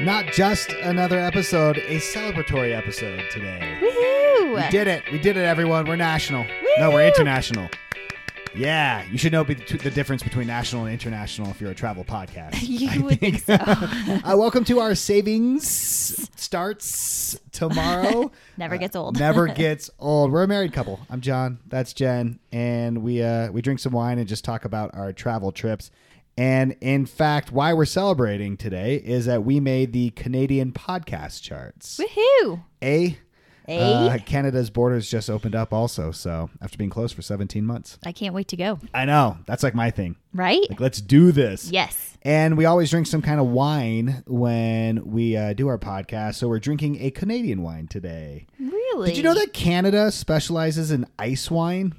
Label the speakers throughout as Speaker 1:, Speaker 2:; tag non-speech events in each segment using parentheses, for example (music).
Speaker 1: Not just another episode, a celebratory episode today.
Speaker 2: Woohoo!
Speaker 1: We did it. We did it, everyone. We're national. No,
Speaker 2: Woo!
Speaker 1: we're international. Yeah, you should know be- the difference between national and international if you're a travel podcast.
Speaker 2: (laughs) You
Speaker 1: I
Speaker 2: would think so.
Speaker 1: (laughs) uh, welcome to our savings starts
Speaker 2: (laughs)
Speaker 1: tomorrow.
Speaker 2: Never gets old. (laughs)
Speaker 1: Never gets old. We're a married couple. I'm John. That's Jen, and we uh, we drink some wine and just talk about our travel trips. And in fact, why we're celebrating today is that we made the Canadian podcast charts.
Speaker 2: Woohoo!
Speaker 1: A.
Speaker 2: Eh?
Speaker 1: Uh, Canada's borders just opened up also, so after being closed for 17 months.
Speaker 2: I can't wait to go.
Speaker 1: I know. That's like my thing.
Speaker 2: Right?
Speaker 1: Like, let's do this.
Speaker 2: yes.
Speaker 1: And we always drink some kind of wine when we uh, do our podcast. So we're drinking a Canadian wine today.
Speaker 2: Really?
Speaker 1: Did you know that Canada specializes in ice wine?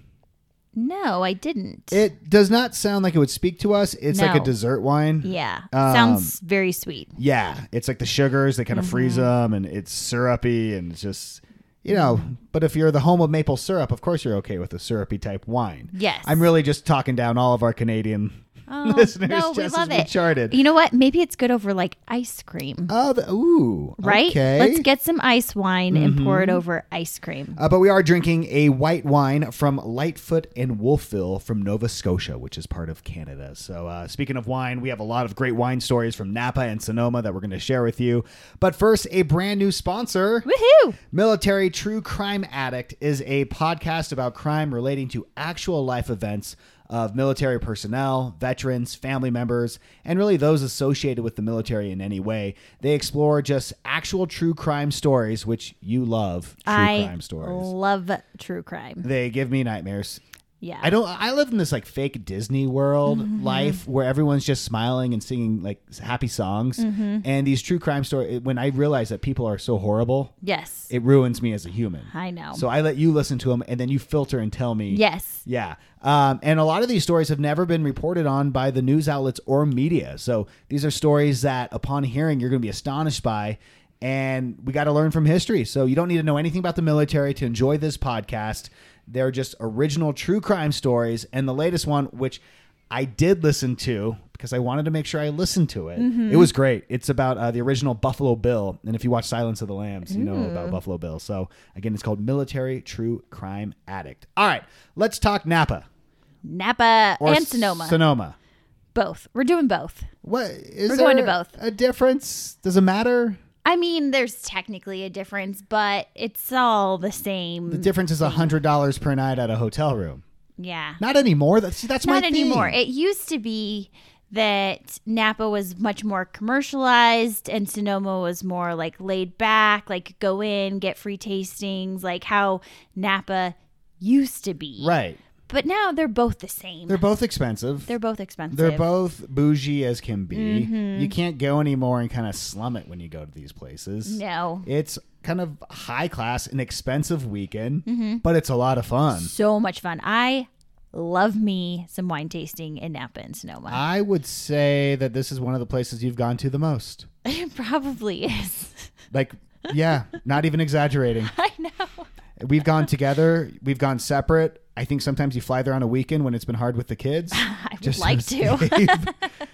Speaker 2: No, I didn't.
Speaker 1: It does not sound like it would speak to us. It's like a
Speaker 2: No.
Speaker 1: dessert wine.
Speaker 2: yeah.
Speaker 1: Um,
Speaker 2: Sounds very sweet.
Speaker 1: Yeah, it's like the sugars, they kind of freeze
Speaker 2: Mm-hmm.
Speaker 1: them and it's syrupy and it's just, you know, but if you're the home of maple syrup, of course you're okay with a syrupy type wine.
Speaker 2: Yes.
Speaker 1: I'm really just talking down all of our Canadian
Speaker 2: Oh,
Speaker 1: (laughs) listeners
Speaker 2: no, we
Speaker 1: just
Speaker 2: love
Speaker 1: as we
Speaker 2: it.
Speaker 1: charted.
Speaker 2: You know what? Maybe it's good over like ice cream.
Speaker 1: oh, the, ooh.
Speaker 2: Right?
Speaker 1: Okay. Mm-hmm.
Speaker 2: Let's get some ice wine and pour it over ice cream.
Speaker 1: Uh, but we are drinking a white wine from Lightfoot and Wolfville from Nova Scotia, which is part of Canada. So, uh, speaking of wine, we have a lot of great wine stories from Napa and Sonoma that we're going to share with you. But first, a brand new sponsor.
Speaker 2: Woohoo!
Speaker 1: Military True Crime Addict is a podcast about crime relating to actual life events of military personnel, veterans, family members, and really those associated with the military in any way. They explore just actual true crime stories, which you love true
Speaker 2: I
Speaker 1: crime stories.
Speaker 2: love true crime.
Speaker 1: They give me nightmares.
Speaker 2: Yeah. Mm-hmm.
Speaker 1: I don't I live in this like fake Disney world life where everyone's just smiling and singing like happy songs
Speaker 2: Mm-hmm.
Speaker 1: and these true crime stories when I realize that people are so horrible
Speaker 2: yes.
Speaker 1: it ruins me as a human.
Speaker 2: I know.
Speaker 1: So I let you listen to them and then you filter and tell me.
Speaker 2: yes.
Speaker 1: Yeah. Um, and a lot of these stories have never been reported on by the news outlets or media. So these are stories that upon hearing, you're going to be astonished by. And we got to learn from history. So you don't need to know anything about the military to enjoy this podcast. They're just original true crime stories. And the latest one, which I did listen to because I wanted to make sure I listened to it.
Speaker 2: Mm-hmm.
Speaker 1: It was great. It's about uh, the original Buffalo Bill, and if you watch Silence of the Lambs, you know about Buffalo Bill. So again, it's called Military True Crime Addict. All right, let's talk Napa
Speaker 2: Napa
Speaker 1: or
Speaker 2: and Sonoma.
Speaker 1: Sonoma.
Speaker 2: both. We're doing both.
Speaker 1: What is
Speaker 2: We're going to
Speaker 1: there
Speaker 2: both.
Speaker 1: A difference? Does it matter?
Speaker 2: I mean, there's technically a difference, but it's all the same.
Speaker 1: The difference is hundred dollars per night at a hotel room.
Speaker 2: yeah.
Speaker 1: Not anymore. That's see, that's my
Speaker 2: Not
Speaker 1: thing.
Speaker 2: anymore. It used to be that Napa was much more commercialized and Sonoma was more like laid back, like go in, get free tastings, like how Napa used to be.
Speaker 1: right.
Speaker 2: But now they're both the same.
Speaker 1: They're
Speaker 2: They're,
Speaker 1: both expensive.
Speaker 2: both expensive.
Speaker 1: They're both bougie as can be.
Speaker 2: Mm-hmm.
Speaker 1: You can't go anymore and kind of slum it when you go to these places.
Speaker 2: No.
Speaker 1: It's kind of high class, an expensive weekend,
Speaker 2: Mm-hmm.
Speaker 1: but it's a lot of fun.
Speaker 2: So much fun. I love me some wine tasting in Napa and Sonoma.
Speaker 1: I would say that this is one of the places you've gone to the most.
Speaker 2: (laughs) it probably is. (laughs)
Speaker 1: Like, yeah, not even exaggerating.
Speaker 2: I know.
Speaker 1: We've gone together, we've gone separate. I think sometimes you fly there on a weekend when it's been hard with the
Speaker 2: (laughs)
Speaker 1: kids. I (laughs)
Speaker 2: would like to.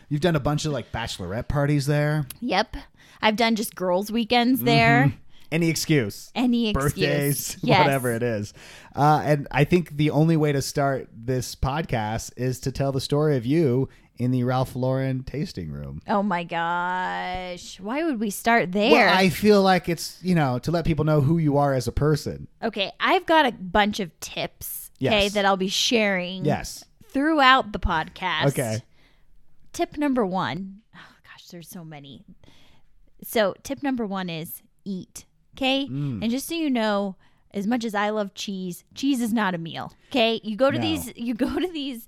Speaker 1: You've done a bunch of like bachelorette parties there.
Speaker 2: (laughs) Yep. I've done just girls' weekends there.
Speaker 1: Mm-hmm. Any excuse.
Speaker 2: Any excuse.
Speaker 1: birthdays, (laughs)
Speaker 2: Yes.
Speaker 1: whatever it is. Uh, and I think the only way to start this podcast is to tell the story of you in the Ralph Lauren tasting room.
Speaker 2: Oh my gosh. Why would we start there?
Speaker 1: Well, I feel like it's, you know, to let people know who you are as a person.
Speaker 2: okay. I've got a bunch of tips. Okay.
Speaker 1: Yes.
Speaker 2: That I'll be sharing
Speaker 1: Yes.
Speaker 2: throughout the podcast.
Speaker 1: Okay.
Speaker 2: Tip number one. Oh gosh, there's so many. So tip number one is eat. Okay.
Speaker 1: Mm.
Speaker 2: And just so you know, as much as I love cheese, cheese is not a meal. Okay. You go to
Speaker 1: No.
Speaker 2: these you go to these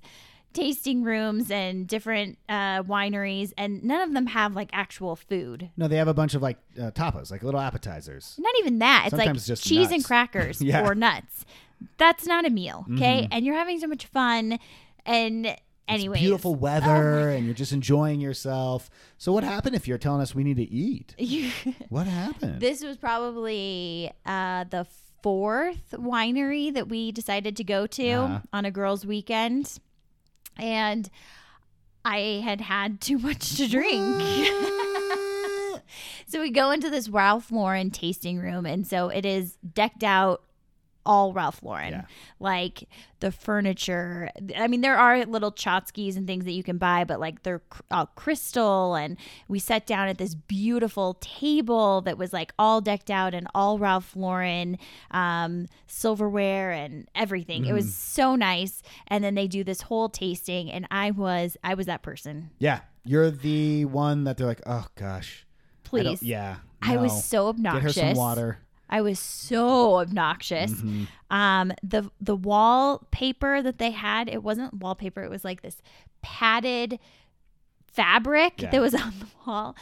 Speaker 2: tasting rooms and different uh, wineries and none of them have like actual food.
Speaker 1: No, they have a bunch of like uh, tapas, like little appetizers.
Speaker 2: Not even that. It's
Speaker 1: Sometimes
Speaker 2: like
Speaker 1: just
Speaker 2: cheese and
Speaker 1: nuts. (laughs)
Speaker 2: crackers
Speaker 1: Yeah. Mm-hmm.
Speaker 2: or nuts. That's not a meal, okay? And you're having so much fun. And anyway,
Speaker 1: Beautiful
Speaker 2: Oh
Speaker 1: weather, and you're just enjoying yourself. So, what happened if you're telling us we need to eat? What happened?
Speaker 2: (laughs) this was probably uh, the fourth winery that we decided to go to
Speaker 1: Uh-huh.
Speaker 2: on a girls' weekend, and I had had too much to drink. So we go into this Ralph Lauren tasting room, and so it is decked out all Ralph Lauren,
Speaker 1: Yeah.
Speaker 2: like the furniture. I mean, there are little tchotchkes and things that you can buy, but like they're cr- all crystal. And we sat down at this beautiful table that was like all decked out in all Ralph Lauren um, silverware and everything. It
Speaker 1: Mm.
Speaker 2: was so nice. And then they do this whole tasting, and I was I was that person.
Speaker 1: (laughs) Yeah, you're the one that they're like, oh gosh, I don't-
Speaker 2: Please,
Speaker 1: yeah.
Speaker 2: I
Speaker 1: no.
Speaker 2: was so
Speaker 1: get her
Speaker 2: obnoxious.
Speaker 1: some water.
Speaker 2: I was so obnoxious.
Speaker 1: Mm-hmm.
Speaker 2: Um, the the wallpaper that they had, it wasn't wallpaper. It was like this padded fabric
Speaker 1: Yeah.
Speaker 2: that was (laughs) on the wall.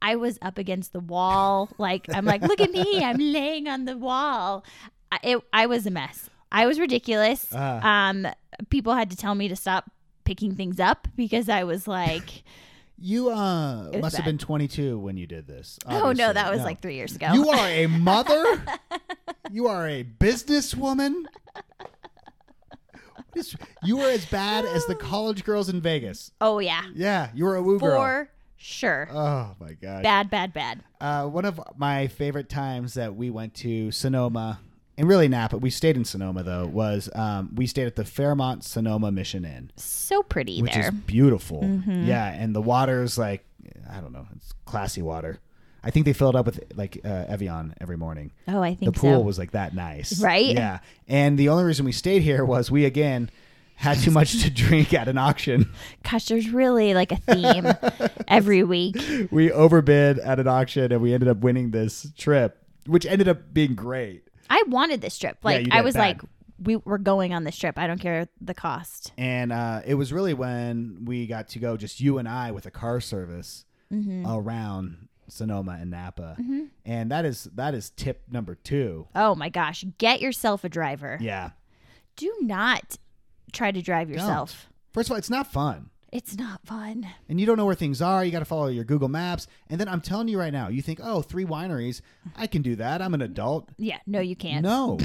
Speaker 2: I was up against the wall. Like I'm like, look
Speaker 1: (laughs)
Speaker 2: at me. I'm laying on the wall. I, it, I was a mess. I was ridiculous.
Speaker 1: Ah.
Speaker 2: um, people had to tell me to stop picking things up because I was like, (laughs)
Speaker 1: You uh
Speaker 2: was
Speaker 1: must have
Speaker 2: bad.
Speaker 1: been 22 when you did this.
Speaker 2: oh no,
Speaker 1: obviously.
Speaker 2: that was like three years ago.
Speaker 1: You are a
Speaker 2: (laughs)
Speaker 1: mother. you are a businesswoman. What is- You were as bad as the college girls in Vegas.
Speaker 2: oh yeah,
Speaker 1: Yeah, you were a woo girl.
Speaker 2: for sure.
Speaker 1: Oh my god.
Speaker 2: bad, bad, bad.
Speaker 1: Uh, one of my favorite times that we went to Sonoma and really Napa, we stayed in Sonoma though, was um, we stayed at the Fairmont Sonoma Mission Inn.
Speaker 2: so pretty
Speaker 1: which
Speaker 2: there. Mm-hmm.
Speaker 1: is beautiful. Yeah, and the water is like I don't know, it's classy water. I think they fill it up with like uh, Evian every morning.
Speaker 2: oh, I
Speaker 1: The
Speaker 2: think
Speaker 1: pool
Speaker 2: so.
Speaker 1: was like that nice,
Speaker 2: Right?
Speaker 1: Yeah, and the only reason we stayed here was we again had too much to drink at an auction. (laughs)
Speaker 2: Gosh, there's really like a theme every week.
Speaker 1: We overbid at an auction, and we ended up winning this trip, which ended up being great.
Speaker 2: I wanted this trip. Like
Speaker 1: you
Speaker 2: I
Speaker 1: did
Speaker 2: was
Speaker 1: bad.
Speaker 2: like, we we're going on this trip. I don't care the cost.
Speaker 1: And uh, it was really when we got to go, just you and I, with a car service
Speaker 2: Mm-hmm.
Speaker 1: around Sonoma and Napa, and that is that is tip number two.
Speaker 2: Oh my gosh, get yourself a driver.
Speaker 1: Yeah.
Speaker 2: Do not try to drive yourself.
Speaker 1: First of all, it's not fun.
Speaker 2: It's not fun.
Speaker 1: And you don't know where things are. You got to follow your Google Maps. And then I'm telling you right now, you think, oh, three wineries. I can do that. I'm an adult.
Speaker 2: Yeah, no, you can't. (laughs)
Speaker 1: No,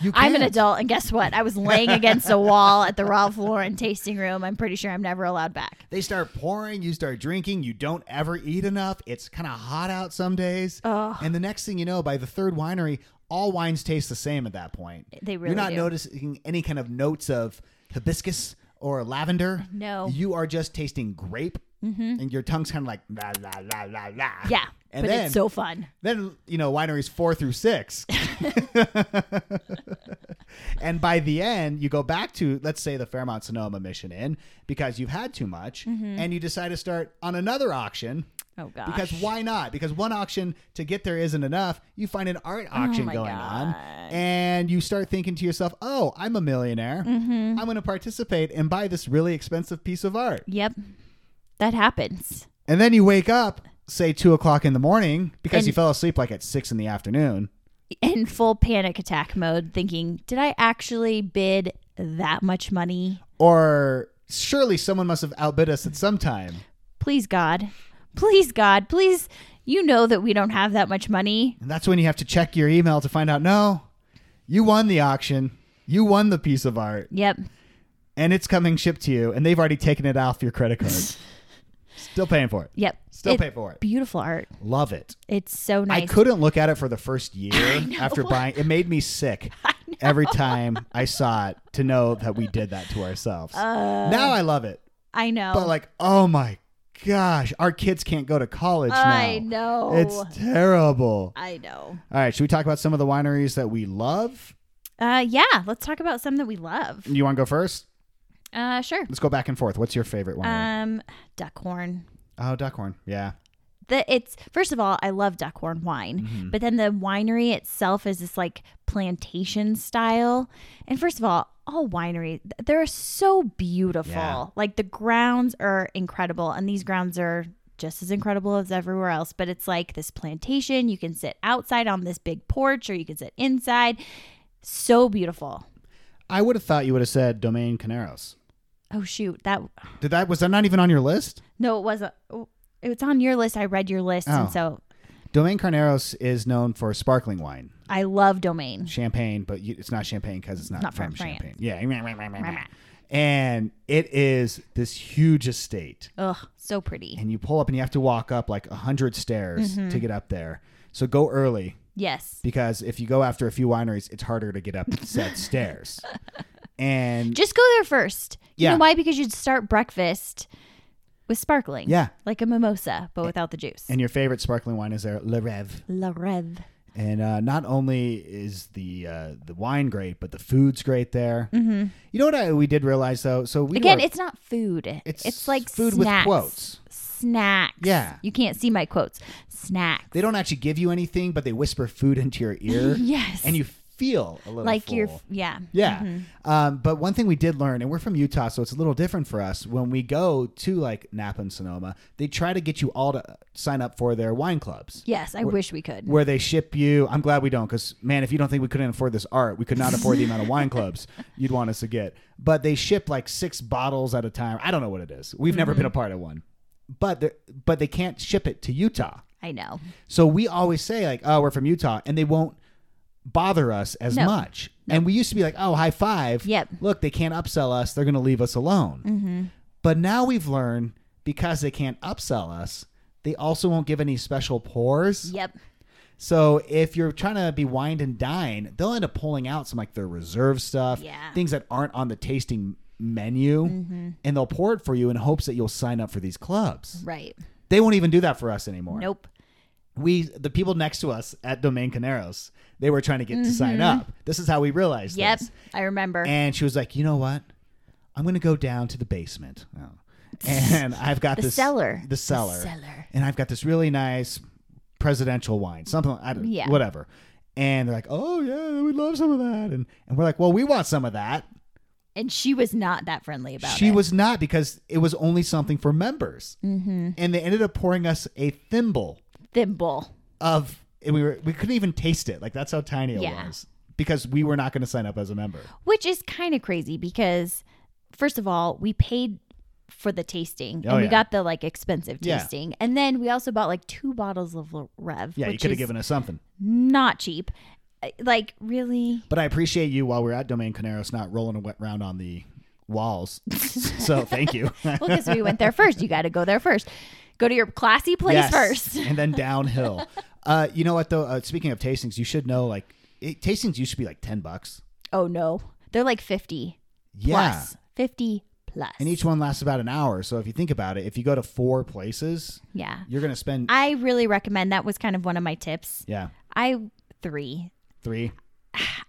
Speaker 1: you can't.
Speaker 2: I'm an adult, and guess what? I was laying against a wall at the Ralph Lauren tasting room. I'm pretty sure I'm never allowed back.
Speaker 1: They start pouring. You start drinking. You don't ever eat enough. It's kind of hot out some days.
Speaker 2: Ugh.
Speaker 1: And the next thing you know, by the third winery, all wines taste the same at that point.
Speaker 2: They really
Speaker 1: You're not
Speaker 2: do.
Speaker 1: noticing any kind of notes of hibiscus or lavender.
Speaker 2: No. Mm-hmm.
Speaker 1: You are just tasting grape, and your tongue's kind of like la la la la la.
Speaker 2: Yeah,
Speaker 1: And
Speaker 2: but
Speaker 1: then
Speaker 2: it's so fun.
Speaker 1: then you know wineries four through
Speaker 2: (laughs)
Speaker 1: six and by the end you go back to let's say the fairmont sonoma mission inn because you've had too much and you decide to start on another auction
Speaker 2: Mm-hmm. Oh gosh.
Speaker 1: because why not because one auction to get there isn't enough you find an art auction
Speaker 2: Oh, my
Speaker 1: going on
Speaker 2: God.
Speaker 1: and you start thinking to yourself oh i'm a millionaire
Speaker 2: Mm-hmm.
Speaker 1: i'm going to participate and buy this really expensive piece of art
Speaker 2: Yep, that happens.
Speaker 1: and then you wake up say two o'clock in the morning because
Speaker 2: And-
Speaker 1: you fell asleep like at six in the afternoon
Speaker 2: in full panic attack mode, thinking, did I actually bid that much money?
Speaker 1: or surely someone must have outbid us at some time.
Speaker 2: Please, God. Please, God. Please, you know that we don't have that much money.
Speaker 1: And that's when you have to check your email to find out no, you won the auction, you won the piece of art,
Speaker 2: Yep.
Speaker 1: and it's coming shipped to you, and they've already taken it off your credit
Speaker 2: (laughs)
Speaker 1: card. Still paying for it.
Speaker 2: Yep.
Speaker 1: Still
Speaker 2: It-
Speaker 1: pay for it.
Speaker 2: Beautiful art.
Speaker 1: Love it.
Speaker 2: It's so
Speaker 1: I
Speaker 2: nice.
Speaker 1: couldn't look at it for the first year after buying. It made me
Speaker 2: (laughs)
Speaker 1: sick every time I saw it to know that we did that to ourselves. now I love it,
Speaker 2: I know.
Speaker 1: but like, oh my gosh, our kids can't go to college
Speaker 2: I
Speaker 1: now.
Speaker 2: know.
Speaker 1: It's terrible.
Speaker 2: I know.
Speaker 1: All right, should we talk about some of the wineries that we love?
Speaker 2: Uh, yeah. Let's talk about some that we love.
Speaker 1: You want to go first?
Speaker 2: Uh, sure.
Speaker 1: Let's go back and forth. What's your favorite winery?
Speaker 2: Um, Duckhorn.
Speaker 1: oh, Duckhorn. Yeah.
Speaker 2: the it's first of all, I love Duckhorn wine,
Speaker 1: Mm-hmm.
Speaker 2: but then the winery itself is this like plantation style. And first of all, all winery th- they're so beautiful.
Speaker 1: Yeah.
Speaker 2: Like the grounds are incredible, and these grounds are just as incredible as everywhere else. But it's like this plantation. You can sit outside on this big porch, or you can sit inside. So beautiful.
Speaker 1: I would have thought you would have said Domaine Caneros.
Speaker 2: Oh shoot, that
Speaker 1: Did that was that not even on your list?
Speaker 2: no, it wasn't. oh, It's on your list. I read your list,
Speaker 1: Oh.
Speaker 2: and so
Speaker 1: Domaine Caneros is known for sparkling wine,
Speaker 2: I love Domain.
Speaker 1: champagne, but you, it's not champagne because it's not,
Speaker 2: Not
Speaker 1: from,
Speaker 2: from France.
Speaker 1: champagne. Yeah. and it is this huge estate.
Speaker 2: Ugh, so pretty.
Speaker 1: And you pull up and you have to walk up like a hundred stairs to get up there. So go early
Speaker 2: Yes.
Speaker 1: because if you go after a few wineries, it's harder to get up
Speaker 2: (laughs)
Speaker 1: said stairs. And
Speaker 2: Just go there first. You
Speaker 1: Yeah.
Speaker 2: know why? Because you'd start breakfast with sparkling.
Speaker 1: Yeah.
Speaker 2: Like a mimosa, but without the juice.
Speaker 1: and your favorite sparkling wine is there, Le Rev.
Speaker 2: La Rev.
Speaker 1: And uh, not only is the uh, the wine great, but the food's great there. Mm-hmm. You know what I, we did realize though? So we
Speaker 2: Again,
Speaker 1: were-
Speaker 2: it's not food.
Speaker 1: It's
Speaker 2: It's, like
Speaker 1: food with
Speaker 2: snacks.
Speaker 1: quotes.
Speaker 2: Snacks.
Speaker 1: Yeah.
Speaker 2: You can't see my quotes. Snacks.
Speaker 1: they don't actually give you anything, but they whisper food into your ear.
Speaker 2: (laughs) Yes.
Speaker 1: and you feel a little
Speaker 2: like your
Speaker 1: full.
Speaker 2: yeah.
Speaker 1: Yeah. Um, but one thing we did learn, and we're from Utah, so it's a little different for us. When we go to like Napa and Sonoma, they try to get you all to sign up for their wine clubs
Speaker 2: Yes, I wish we could.
Speaker 1: where they ship you. I'm glad we don't, because man, if you don't think we couldn't afford this art, we could not afford the amount of wine clubs you'd want us to get. But they ship like six bottles at a time. I don't know what it is. We've never been a part of one. But they're- but they can't ship it to Utah.
Speaker 2: I know.
Speaker 1: So we always say like, "Oh, we're from Utah," and they won't bother us as
Speaker 2: No.
Speaker 1: much. And we used to be like, "Oh, high five!
Speaker 2: Yep. Mm-hmm.
Speaker 1: Look, they can't upsell us. They're going to leave us alone." But now we've learned because they can't upsell us, they also won't give any special pours.
Speaker 2: Yep.
Speaker 1: So if you're trying to be wined and dine, they'll end up pulling out some like their reserve stuff,
Speaker 2: Yeah. Mm-hmm.
Speaker 1: things that aren't on the tasting menu, and they'll pour it for you in hopes that you'll sign up for these clubs.
Speaker 2: Right.
Speaker 1: They won't even do that for us anymore
Speaker 2: Nope.
Speaker 1: we the people next to us at Domain Caneros, they were trying to get to sign up. This is how we realized
Speaker 2: Mm-hmm. Yep.
Speaker 1: this.
Speaker 2: I remember.
Speaker 1: And she was like, "You know what? I'm going to go down to the basement."
Speaker 2: (laughs)
Speaker 1: Oh. And I've got
Speaker 2: The
Speaker 1: this
Speaker 2: cellar.
Speaker 1: The cellar.
Speaker 2: cellar.
Speaker 1: And I've got this really nice presidential wine. Something I don't
Speaker 2: Yeah.
Speaker 1: whatever. And they're like, "Oh yeah, we'd love some of that." And and we're like, "Well, we want some of that."
Speaker 2: and she was not that friendly about
Speaker 1: she
Speaker 2: it.
Speaker 1: was not because it was only something for members. Mm-hmm. And they ended up pouring us a thimble
Speaker 2: thimble.
Speaker 1: of and we were we couldn't even taste it. Like that's how tiny it
Speaker 2: Yeah.
Speaker 1: was. Because we were not going to sign up as a member.
Speaker 2: Which is kind of crazy because, first of all, we paid for the tasting and
Speaker 1: Oh,
Speaker 2: we
Speaker 1: yeah.
Speaker 2: got the like expensive
Speaker 1: Yeah.
Speaker 2: tasting, and then we also bought like two bottles of Le Rev,
Speaker 1: Yeah, you
Speaker 2: which
Speaker 1: could have
Speaker 2: is
Speaker 1: given us something.
Speaker 2: not cheap. Uh, Like really,
Speaker 1: (laughs) But I appreciate you while we we're at Domain Caneros not rolling a wet round on the
Speaker 2: (laughs)
Speaker 1: walls. so thank you.
Speaker 2: well, because we went there first. You got to go there first. Go to your classy place
Speaker 1: (laughs) Yes.
Speaker 2: first.
Speaker 1: and then
Speaker 2: (laughs)
Speaker 1: downhill. uh, you know what though? Uh, speaking of tastings, you should know like it, tastings used to be like ten bucks.
Speaker 2: Oh no, they're like fifty
Speaker 1: Yeah.
Speaker 2: plus, fifty plus.
Speaker 1: And each one lasts about an hour. So if you think about it, if you go to four places,
Speaker 2: yeah,
Speaker 1: you're going to spend
Speaker 2: I really recommend. That was kind of one of my tips.
Speaker 1: yeah
Speaker 2: I three
Speaker 1: three.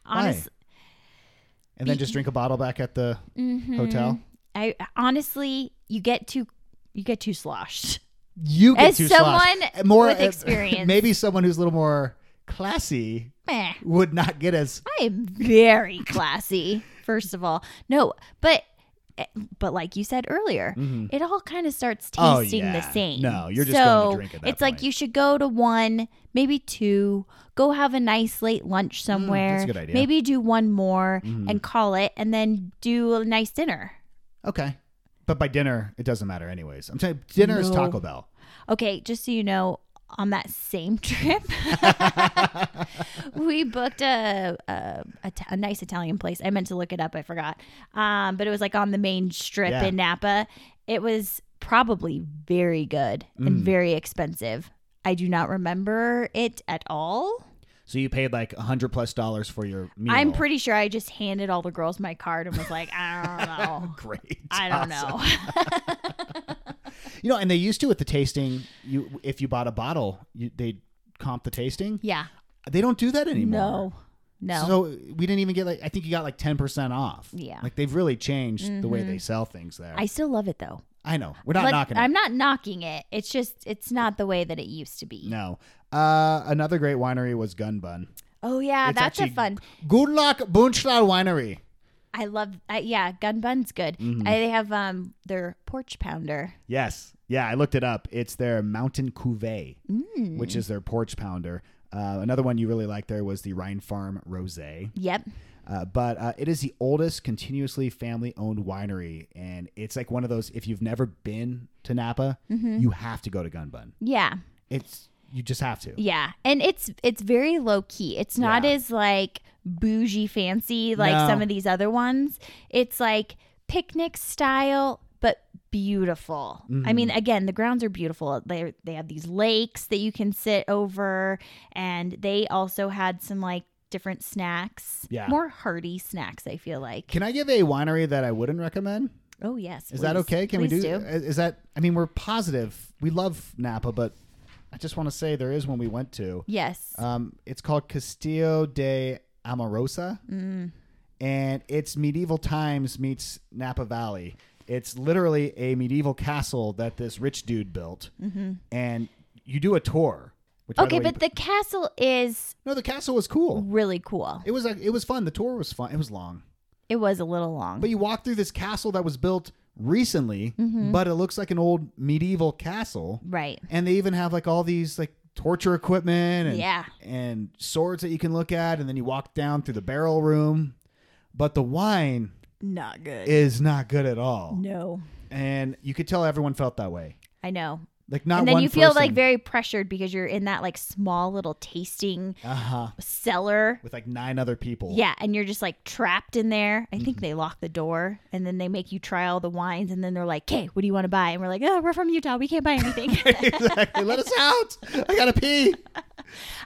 Speaker 1: Why?
Speaker 2: honestly.
Speaker 1: and then just drink a bottle back at the
Speaker 2: Mm-hmm.
Speaker 1: hotel.
Speaker 2: I honestly, you get too you get
Speaker 1: (laughs)
Speaker 2: too sloshed.
Speaker 1: you get
Speaker 2: As
Speaker 1: too
Speaker 2: someone
Speaker 1: sloshed.
Speaker 2: with
Speaker 1: uh, (laughs)
Speaker 2: experience.
Speaker 1: maybe someone who's a little more classy
Speaker 2: Meh.
Speaker 1: would not get as
Speaker 2: I am very classy, first of all. No, but eh, but like you said earlier, it all kind of starts tasting
Speaker 1: Mm-hmm. Oh, yeah.
Speaker 2: the same.
Speaker 1: No, you're just
Speaker 2: so
Speaker 1: going to drink at that
Speaker 2: it's like
Speaker 1: point.
Speaker 2: you should go to one, maybe two. Go have a nice late lunch somewhere.
Speaker 1: Mm, a good idea. Mm-hmm.
Speaker 2: Maybe do one more and call it, and then do a nice dinner.
Speaker 1: okay. But by dinner, it doesn't matter anyways. I'm telling you, dinner is
Speaker 2: No.
Speaker 1: Taco Bell.
Speaker 2: Okay, just so you know, on that same (laughs) trip, we booked a, a, a, t- a nice Italian place. I meant to look it up, I forgot. Um, but it was like on the main strip
Speaker 1: Yeah.
Speaker 2: in Napa. It was probably very good
Speaker 1: Mm.
Speaker 2: and very expensive. I do not remember it at all.
Speaker 1: So you paid like a hundred plus dollars for your meal.
Speaker 2: I'm pretty sure I just handed all the girls my card and was like, I don't know.
Speaker 1: (laughs) great.
Speaker 2: I don't know.
Speaker 1: You know, and they used to with the tasting. You if you bought a bottle, you, they'd comp the tasting.
Speaker 2: yeah.
Speaker 1: They don't do that anymore.
Speaker 2: No. No.
Speaker 1: So we didn't even get like I think you got like ten percent off.
Speaker 2: Yeah. Mm-hmm.
Speaker 1: Like they've really changed the way they sell things there.
Speaker 2: I
Speaker 1: I,
Speaker 2: still love it though.
Speaker 1: know. We're not
Speaker 2: But
Speaker 1: knocking it.
Speaker 2: I'm not knocking it. It's just it's not the way that it used to be.
Speaker 1: No. Uh, another great winery was Gun Bun.
Speaker 2: Oh yeah,
Speaker 1: It's
Speaker 2: that's a
Speaker 1: actually
Speaker 2: fun.
Speaker 1: Good luck, Bunchlau Winery.
Speaker 2: I love. I, yeah, gun bun's good.
Speaker 1: Mm-hmm.
Speaker 2: I, they have um their porch pounder.
Speaker 1: Yes. Yeah, I looked it up. It's their Mountain Cuvée,
Speaker 2: Mm.
Speaker 1: which is their porch pounder. Uh, another one you really liked there was the Rhine Farm Rosé.
Speaker 2: Yep.
Speaker 1: Uh, but uh, it is the oldest continuously family owned winery. And it's like one of those, if you've never been to Napa,
Speaker 2: Mm-hmm.
Speaker 1: you have to go to Gun Bun.
Speaker 2: Yeah.
Speaker 1: It's, you just have to.
Speaker 2: Yeah. And it's it's very low key. It's not
Speaker 1: Yeah.
Speaker 2: as like bougie fancy like
Speaker 1: No.
Speaker 2: some of these other ones. It's like picnic style but beautiful. I mean,
Speaker 1: Mm.
Speaker 2: again, the grounds are beautiful. They they have these lakes that you can sit over, and they also had some like different snacks.
Speaker 1: Yeah.
Speaker 2: more hearty snacks. I feel like.
Speaker 1: Can I give a winery that I wouldn't recommend?
Speaker 2: oh yes,
Speaker 1: Is that
Speaker 2: please.
Speaker 1: okay? Can we do, uh,
Speaker 2: Please
Speaker 1: Is that? I mean, we're positive. We love Napa, but I just want to say there is one we went to.
Speaker 2: Yes.
Speaker 1: Um, it's called Castillo de Amorosa,
Speaker 2: Mm.
Speaker 1: and it's medieval times meets Napa Valley. It's literally a medieval castle that this rich dude built, and you do a tour. Which by
Speaker 2: Mm-hmm. okay,
Speaker 1: the way,
Speaker 2: but the castle is
Speaker 1: no, the castle was cool.
Speaker 2: really cool.
Speaker 1: It was like it was fun. The tour was fun. It was long.
Speaker 2: It was a little long.
Speaker 1: But you walk through this castle that was built recently,
Speaker 2: Mm-hmm.
Speaker 1: but it looks like an old medieval castle.
Speaker 2: right.
Speaker 1: And they even have like all these like torture equipment and
Speaker 2: Yeah.
Speaker 1: and swords that you can look at and then you walk down through the barrel room. But the wine
Speaker 2: Not good.
Speaker 1: is not good at all.
Speaker 2: no.
Speaker 1: And you could tell everyone felt that way.
Speaker 2: I know.
Speaker 1: Like not
Speaker 2: and then
Speaker 1: one
Speaker 2: you feel
Speaker 1: person-
Speaker 2: like very pressured because you're in that like small little tasting
Speaker 1: uh-huh
Speaker 2: cellar.
Speaker 1: with like nine other people.
Speaker 2: Yeah, and you're just like trapped in there. I
Speaker 1: Mm-hmm.
Speaker 2: think they lock the door and then they make you try all the wines and then they're like, "Hey, what do you want to buy?" And we're like, "Oh, we're from Utah. We can't
Speaker 1: (laughs)
Speaker 2: buy anything."
Speaker 1: (laughs) exactly. Let us out. I gotta pee.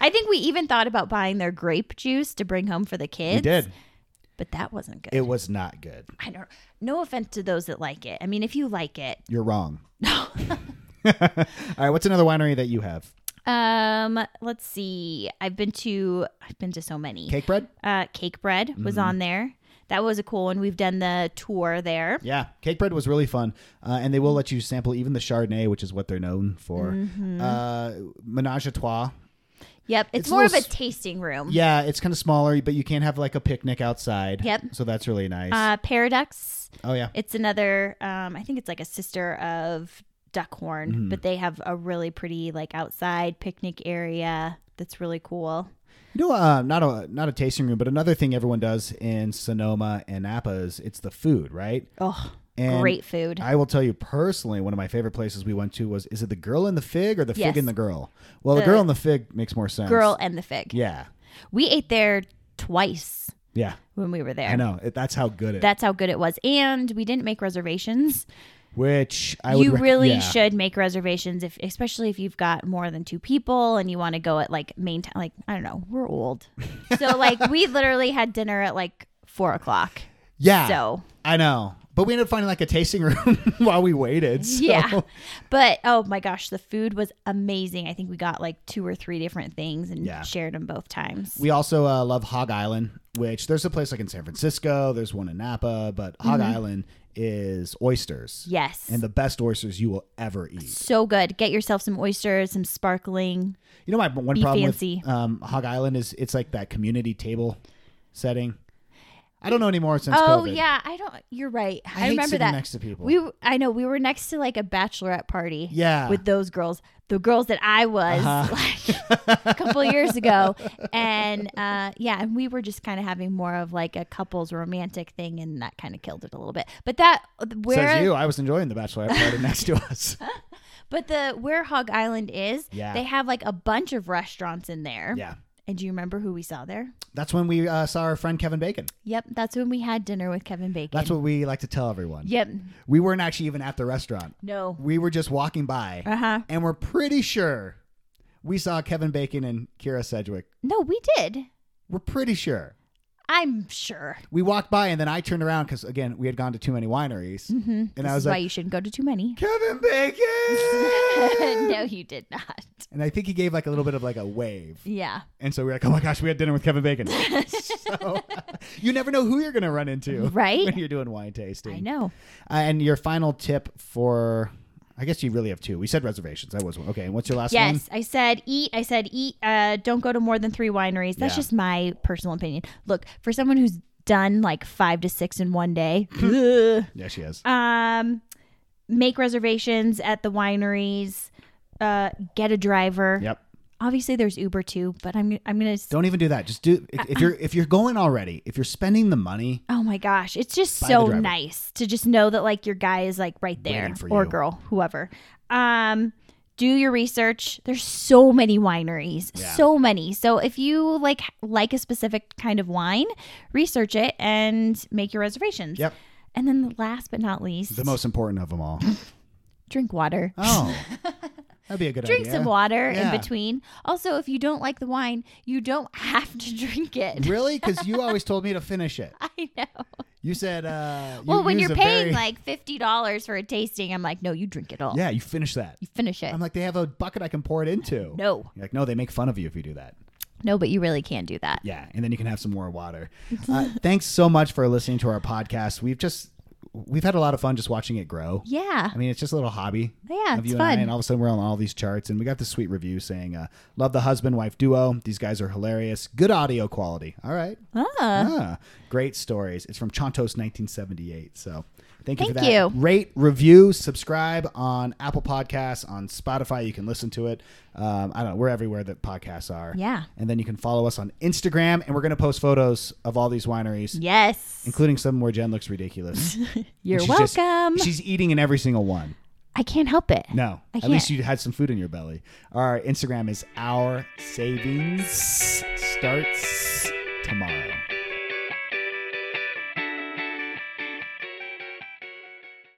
Speaker 2: I think we even thought about buying their grape juice to bring home for the kids.
Speaker 1: We did.
Speaker 2: But that wasn't good.
Speaker 1: It was not good.
Speaker 2: I don't No offense to those that like it. I mean, if you like it,
Speaker 1: You're wrong. (laughs) All right, what's another winery that you have?
Speaker 2: um, let's see. I've been to I've been to so many.
Speaker 1: Cake bread?
Speaker 2: Uh, Cake Bread was
Speaker 1: Mm-hmm.
Speaker 2: on there. That was a cool one. We've done the tour there.
Speaker 1: Yeah, cake bread was really fun, uh, and they will let you sample even the Chardonnay, which is what they're known for.
Speaker 2: Mm-hmm.
Speaker 1: Uh, Menage a trois.
Speaker 2: Yep, it's,
Speaker 1: It's a
Speaker 2: more of
Speaker 1: little
Speaker 2: a
Speaker 1: s-
Speaker 2: tasting room.
Speaker 1: Yeah, it's kind of smaller, but you can have like a picnic outside.
Speaker 2: Yep.
Speaker 1: So that's really nice.
Speaker 2: Uh, Paradox.
Speaker 1: oh yeah,
Speaker 2: It's another. Um, I think it's like a sister of Duckhorn,
Speaker 1: Mm-hmm.
Speaker 2: but they have a really pretty like outside picnic area that's really cool.
Speaker 1: you know, uh, not a not a tasting room, but another thing everyone does in Sonoma and Napa is it's the food, right?
Speaker 2: Oh,
Speaker 1: And
Speaker 2: great food.
Speaker 1: I will tell you personally, one of my favorite places we went to was is it the girl and the fig or the
Speaker 2: Yes.
Speaker 1: fig and the girl? Well, the,
Speaker 2: The-
Speaker 1: girl and the fig makes more sense.
Speaker 2: Girl and the fig.
Speaker 1: Yeah.
Speaker 2: We ate there twice
Speaker 1: Yeah.
Speaker 2: when we were there.
Speaker 1: I know. It, that's how good it.
Speaker 2: That's how good it was, and we didn't make reservations.
Speaker 1: which I
Speaker 2: you
Speaker 1: would rec-
Speaker 2: really
Speaker 1: yeah.
Speaker 2: should make reservations if especially if you've got more than two people and you want to go at like main time like i don't know we're old
Speaker 1: (laughs)
Speaker 2: so like we literally had dinner at like four o'clock
Speaker 1: Yeah.
Speaker 2: so
Speaker 1: I know. But we ended up finding like a tasting room (laughs) while we waited. (laughs) so-
Speaker 2: yeah but oh my gosh the food was amazing i think we got like two or three different things and
Speaker 1: Yeah.
Speaker 2: shared them both times
Speaker 1: We also uh, love Hog Island, which there's a place like in San Francisco, there's one in Napa, but Hog Island is oysters.
Speaker 2: Mm-hmm. yes
Speaker 1: And the best oysters you will ever eat.
Speaker 2: so good get yourself some oysters some sparkling
Speaker 1: You know my one
Speaker 2: Be
Speaker 1: problem
Speaker 2: fancy.
Speaker 1: with um, Hog Island is it's like that community table setting. I don't know anymore since
Speaker 2: oh
Speaker 1: COVID.
Speaker 2: yeah i don't you're right i,
Speaker 1: I, hate
Speaker 2: remember
Speaker 1: sitting
Speaker 2: that
Speaker 1: next to people.
Speaker 2: We, I know, we were next to like a bachelorette party.
Speaker 1: Yeah. Uh-huh.
Speaker 2: With those girls, the girls that I was (laughs) like a couple years ago, and uh, yeah, and we were just kind of having more of like a couples romantic thing, and that kind of killed it a little bit. But that
Speaker 1: Says
Speaker 2: where,
Speaker 1: you, I was enjoying the bachelorette party (laughs) next to
Speaker 2: (laughs)
Speaker 1: us.
Speaker 2: but the where Hog Island is,
Speaker 1: Yeah.
Speaker 2: they have like a bunch of restaurants in there.
Speaker 1: Yeah.
Speaker 2: And do you remember who we saw there?
Speaker 1: That's when we uh, saw our friend Kevin Bacon.
Speaker 2: Yep, that's when we had dinner with Kevin Bacon.
Speaker 1: That's what we like to tell everyone.
Speaker 2: Yep.
Speaker 1: We weren't actually even at the restaurant.
Speaker 2: No.
Speaker 1: (laughs) We were just walking by,
Speaker 2: Uh huh.
Speaker 1: and we're pretty sure we saw Kevin Bacon and Kira Sedgwick.
Speaker 2: No, we did.
Speaker 1: We're pretty sure.
Speaker 2: I'm sure.
Speaker 1: We walked by, and then I turned around because, again, we had gone to too many wineries. Mm-hmm. And I
Speaker 2: This
Speaker 1: was
Speaker 2: is why
Speaker 1: like,
Speaker 2: you shouldn't go to too many.
Speaker 1: Kevin Bacon!
Speaker 2: (laughs) no, you did not.
Speaker 1: and I think he gave like a little bit of like a wave.
Speaker 2: Yeah.
Speaker 1: And so we were like, oh my gosh, we had dinner with Kevin
Speaker 2: (laughs)
Speaker 1: Bacon. (laughs) so (laughs) you never know who you're going to run into
Speaker 2: Right?
Speaker 1: when you're doing wine tasting.
Speaker 2: I know.
Speaker 1: Uh, and your final tip for, I guess you really have two. We said reservations. That was one. Okay. And what's your last one?
Speaker 2: Yes, I said eat. I said eat. Uh, don't go to more than three wineries. That's
Speaker 1: Yeah.
Speaker 2: just my personal opinion. Look, for someone who's done like five to six in
Speaker 1: (laughs)
Speaker 2: one day, (laughs) ugh,
Speaker 1: Yeah, she is.
Speaker 2: um, make reservations at the wineries. Uh, get a driver.
Speaker 1: Yep.
Speaker 2: Obviously, there's Uber too, but I'm I'm gonna.
Speaker 1: Don't even do that. Just do if, if you're if you're going already, if you're spending the money,
Speaker 2: Oh my gosh, it's just
Speaker 1: the
Speaker 2: so
Speaker 1: driver.
Speaker 2: nice to just know that like your guy is like right there
Speaker 1: Waiting for
Speaker 2: or
Speaker 1: you.
Speaker 2: girl, whoever. Um do your research. There's so many wineries,
Speaker 1: Yeah.
Speaker 2: so many. So if you like like a specific kind of wine, research it and make your reservations.
Speaker 1: Yep.
Speaker 2: And then the last but not least,
Speaker 1: The most important of them
Speaker 2: (laughs)
Speaker 1: all.
Speaker 2: drink water.
Speaker 1: Oh, that'd be a good
Speaker 2: Drink
Speaker 1: idea.
Speaker 2: some water
Speaker 1: Yeah.
Speaker 2: in between. Also, if you don't like the wine, you don't (laughs) have to drink it.
Speaker 1: Really? Because you always told me to finish it.
Speaker 2: (laughs) I know.
Speaker 1: You said, uh, you
Speaker 2: Well, when
Speaker 1: use
Speaker 2: you're
Speaker 1: a
Speaker 2: paying
Speaker 1: very-
Speaker 2: like fifty dollars for a tasting, I'm like, no, you drink it all.
Speaker 1: yeah, you finish that.
Speaker 2: You finish it.
Speaker 1: I'm like, they have a bucket I can pour it into.
Speaker 2: no,
Speaker 1: You're like, no, they make fun of you if you do that.
Speaker 2: no, but you really can do that.
Speaker 1: Yeah, and then you can have some more water. Uh, thanks so much for listening to our podcast. We've just we've had a lot of fun just watching it grow.
Speaker 2: Yeah,
Speaker 1: I mean, it's just a little hobby.
Speaker 2: Yeah,
Speaker 1: of you
Speaker 2: it's
Speaker 1: and I,
Speaker 2: fun.
Speaker 1: and all of a sudden we're on all these charts, and we got this sweet review saying, uh, "Love the husband wife duo. These guys are hilarious. Good audio quality. All right,
Speaker 2: Ah.
Speaker 1: ah, great stories. It's from Chontos 1978. So thank you for
Speaker 2: Thank
Speaker 1: that.
Speaker 2: you.
Speaker 1: Rate, review, subscribe on Apple Podcasts, on Spotify. You can listen to it. Um, I don't know. We're everywhere that podcasts are.
Speaker 2: Yeah.
Speaker 1: And then you can follow us on Instagram, and we're going to post photos of all these wineries,
Speaker 2: yes.
Speaker 1: including some where Jen looks ridiculous.
Speaker 2: (laughs) You're
Speaker 1: She's just-
Speaker 2: welcome.
Speaker 1: she's eating in every single one.
Speaker 2: I can't help it.
Speaker 1: No.
Speaker 2: I
Speaker 1: At least
Speaker 2: can't.
Speaker 1: you had some food in your belly. Our Instagram is our savings starts tomorrow.